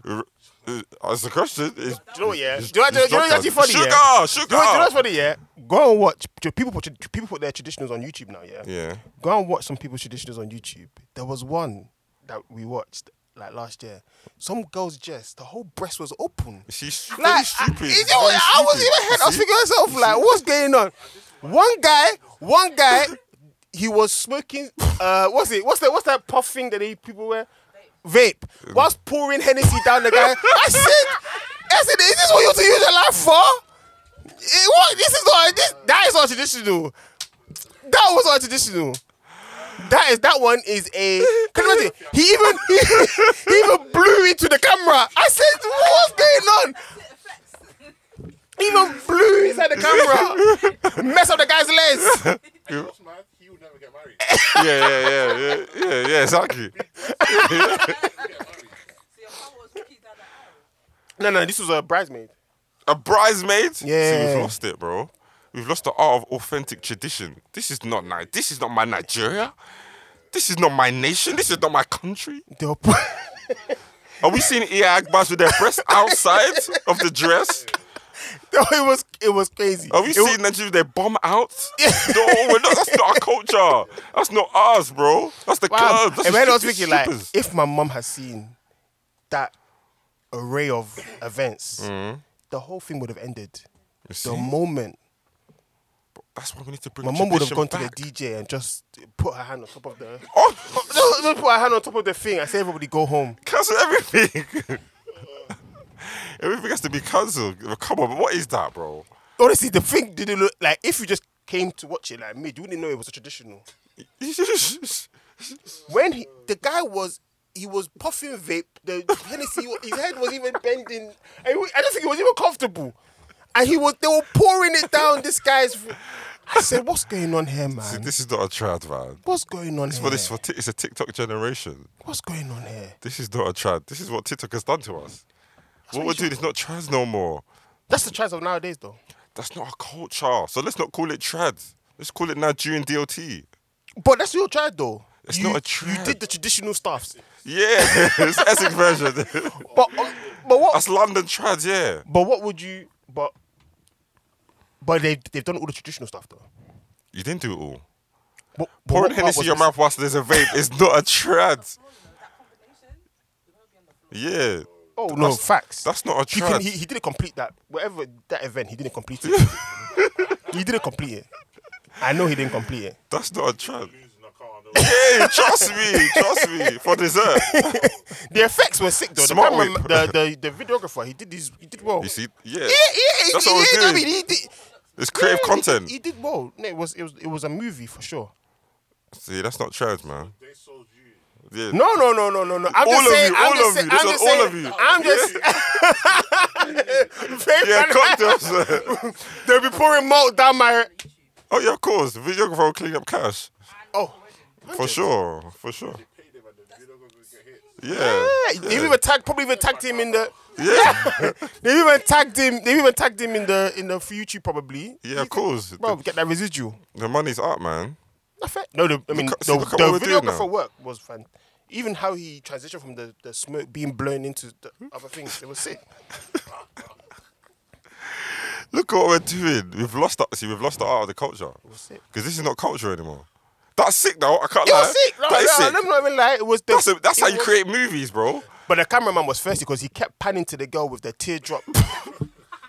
R- uh, That's the question. It's,
Do you know what? Yeah. Do you know, do you know what's actually funny?
Sugar,
Yeah.
sugar.
Do you know, do you know what's
Oh.
funny? Yeah. Go and watch. do People put people put their traditionals on YouTube now. Yeah.
Yeah.
Go and watch some people's traditionals on YouTube. There was one that we watched like last year. Some girl's dress, the whole breast was open.
She's really
Like,
stupid.
I, you know what? I was
Really
even head. I was
stupid.
thinking to myself, like, what's going on? One guy, one guy, he was smoking. Uh, what's it? What's that? What's that puff thing that they, people wear? Vape. Whilst pouring Hennessy down the guy. I said, I said, is this what you to use your life for? It, what? This is not. This that is not traditional. That was not traditional. That is that one is a. Can you imagine? He even he, he even blew into the camera. I said, what's going on? Even blew inside the camera. Mess up the guy's legs.
And what's mad? He would never get married.
Yeah, yeah, yeah, yeah, yeah, yeah, exactly.
So your father was walking down the aisle.
No, no, this was a bridesmaid.
A bridesmaid. See,
Yeah.
we've lost it, bro. We've lost the art of authentic tradition. This is not Ni- This is not my Nigeria. This is not my nation. This is not my country.
They were
Are we seeing Iya Agbas with their breasts outside of the dress?
it was it was crazy.
Are we
It
seeing
was-
Nigerians with their bum out? no, we're not, that's not our culture. That's not ours, bro. That's the
Wow.
club. That's
And
the
when I was
stupid
thinking, like,
strippers.
if my mum has seen that array of events, the whole thing would have ended.
see?
The moment
That's why we need to bring
my mum would have
tradition
gone to
back.
the DJ and just put her hand on top of the
Oh,
just just put her hand on top of the thing and say everybody go home.
cancel everything. everything has to be cancelled. Come on, what is that, bro?
Honestly, the thing didn't look like if you just came to watch it like me, you wouldn't know it was a traditional. when he, the guy was he was puffing vape the Hennessy wa- his head was even bending I, wa- I don't think he was even comfortable and he was they were pouring it down this guy's I said what's going on here man
this is not a trad, man.
what's going on
It's,
here
for this, for ti- it's a TikTok generation.
what's going on here
This is not a trad. This is what TikTok has done to us. what
what
we're
you
doing is not trans no more.
that's the trends of nowadays though
That's not our culture. So let's not call it trad. Let's call it Nigerian DLT.
but that's your trend though
It's
you,
not a
you
trend.
did the traditional stuff
Yeah, it's Essex version.
but uh, but what
That's London trad, yeah.
but what would you but but they they've done all the traditional stuff though
You didn't do it all.
but,
Pouring
but what part
Hennessy
was
in your
this-
mouth whilst there's a vape is not a trad.
That combination, you won't be on the floor.
Yeah.
Oh no, facts.
that's not a
he, can,
trad.
he, he didn't complete that. Whatever that event, he didn't complete it. he didn't complete it. I know he didn't complete it.
That's not a trad.
Losing a car. No.
Hey, trust me, trust me for dessert.
The effects were sick though. The,
Smart
camera,
whip.
the, the the videographer, he did his, he did well.
You see, yeah,
Yeah, yeah,
That's what
he,
I was
yeah, I
doing.
mean, he did.
it's creative
yeah, he-
content.
He, did well. No, it was it was it was a movie for sure.
See, that's not trad, man.
They sold you.
Yeah.
No, no, no, no, no, no. I'm
All
just
of
saying,
you,
I'm
all
just
of you.
saying,
This is
I'm just
all
saying,
of you.
I'm just. Very
Yeah,
funny.
cocktails. uh,
They'll be pouring malt down my.
oh yeah, of course. The videographer will clean up cash
Oh,
for sure, for sure.
Pay them and the video goes get hit.
Yeah,
yeah. They even tagged, probably even tagged him in the.
yeah,
They even tagged him. They even tagged him in the in the future probably.
yeah. Of course,
Bro,
the,
get that residual.
the money's up, man.
Not fair. No, the, I mean
Look at- see,
the,
look at what
the
we're doing now.
videographer work was fun. Even how he transitioned from the, the smoke being blown into the other things, it was sick.
Look at what we're doing. We've lost that. See, we've lost the art of the culture
sick.
because this is not culture anymore. That's sick, though. I can't
It
lie.
was sick. No,
that is
no,
sick.
I'm not even lying. It was the,
That's, a, that's
it
how you
was-
create movies, bro.
But the cameraman was thirsty because he kept panning to the girl with the teardrop.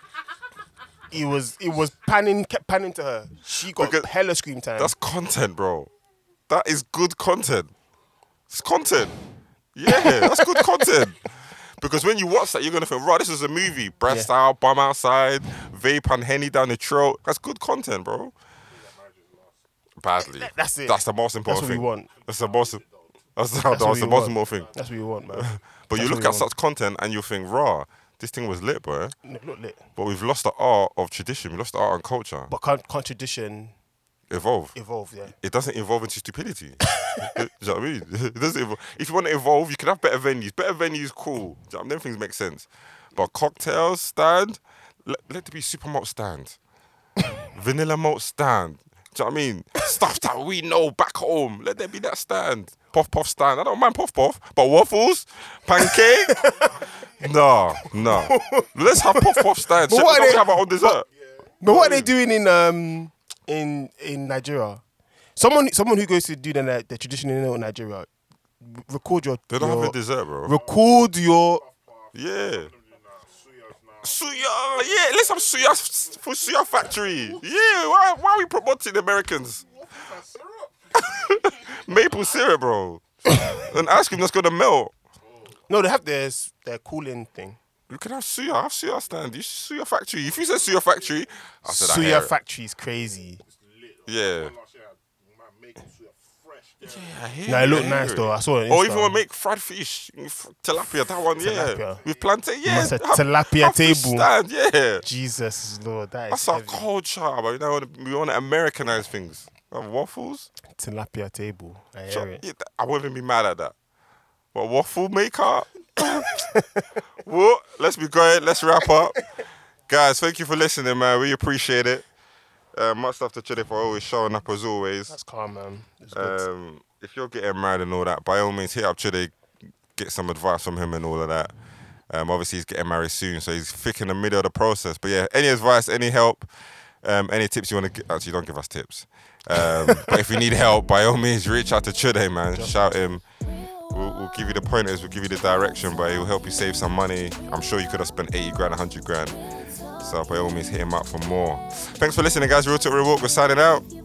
he was he was panning, kept panning to her. She got
Because-
hella scream time.
That's content, bro. That is good content. It's content. Yeah, that's good content. Because when you watch that, you're gonna think, right, this is a movie. Breast out, bum outside, vape and henny down the throat. That's good content, bro. Badly.
that's it.
That's the most important
what we
thing.
want.
That's the most. That's the, that's
what
the
we
most
want.
important thing.
That's what you want, man.
But you
That's
look
what
at
we
such content and you think, raw, this thing was lit, bro.
No, look lit.
But we've lost the art of tradition. We lost the art and culture.
But con- contradiction
Evolve.
evolved, yeah.
it doesn't evolve into stupidity. Do you know what I mean? It doesn't evolve. If you want to evolve, you can have better venues. Better venues, cool. Do you know what I mean? Them things make sense. But cocktails stand, let, let it be super malt stand, vanilla malt stand. Do you know what I mean? Stuff that we know back home. Let there be that stand. Puff puff stand. I don't mind puff puff, but waffles, pancake. no, no. Let's have puff puff stand. Shit, we
what are
don't
they-
have our own dessert.
But what are they doing in um in in Nigeria? Someone someone who goes to do the the tradition in Nigeria, r- record your,
They don't
your-
have a dessert, bro.
record your
yeah.
Suyas now.
Suya, yeah, let's have Suya f- for Suya factory. Yeah, why, why are we promoting Americans?
Waffles and syrup.
Maple syrup, bro. An ice cream that's gonna melt.
no. They have their s- their cooling thing.
You can have Suya, have Suya stand. You should Suya factory. If you said Suya factory, I said I hear
Suya
it.
factory is crazy.
It's lit.
Yeah.
Last year, I had my maple syrup fresh. Yeah.
I hear
Now it
you, I
looked
hear
nice
it.
though. I saw it. on
Or
Insta.
even we'll make fried fish, f- tilapia, that one, yeah.
Tilapia.
With plantain, yeah.
Must have
Have-
tilapia
have fish
table.
Stand, yeah.
Jesus Lord, that is
That's our
heavy.
culture, but you know, we want to Americanize things. Have waffles.
tilapia table. I
So,
hear it.
yeah, th- I wouldn't be mad at that. But waffle maker? well, let's be going. Let's wrap up. Guys, thank you for listening, man. We appreciate it. Uh, much love to Chile for always showing up as always.
That's calm, man. It's good.
Um, if you're getting married and all that, by all means, hit up Chile, get some advice from him and all of that. Um, obviously, he's getting married soon, so he's thick in the middle of the process. But yeah, any advice, any help, um, any tips you want to get, actually, don't give us tips. Um, but if you need help, by all means, reach out to Chile, man. Shout him. We'll, we'll give you the pointers, we'll give you the direction, but it will help you save some money. I'm sure you could have spent 80 grand, 100 grand. So by all means, hit him up for more. Thanks for listening, guys. Real Talk Real Walk, we're signing out.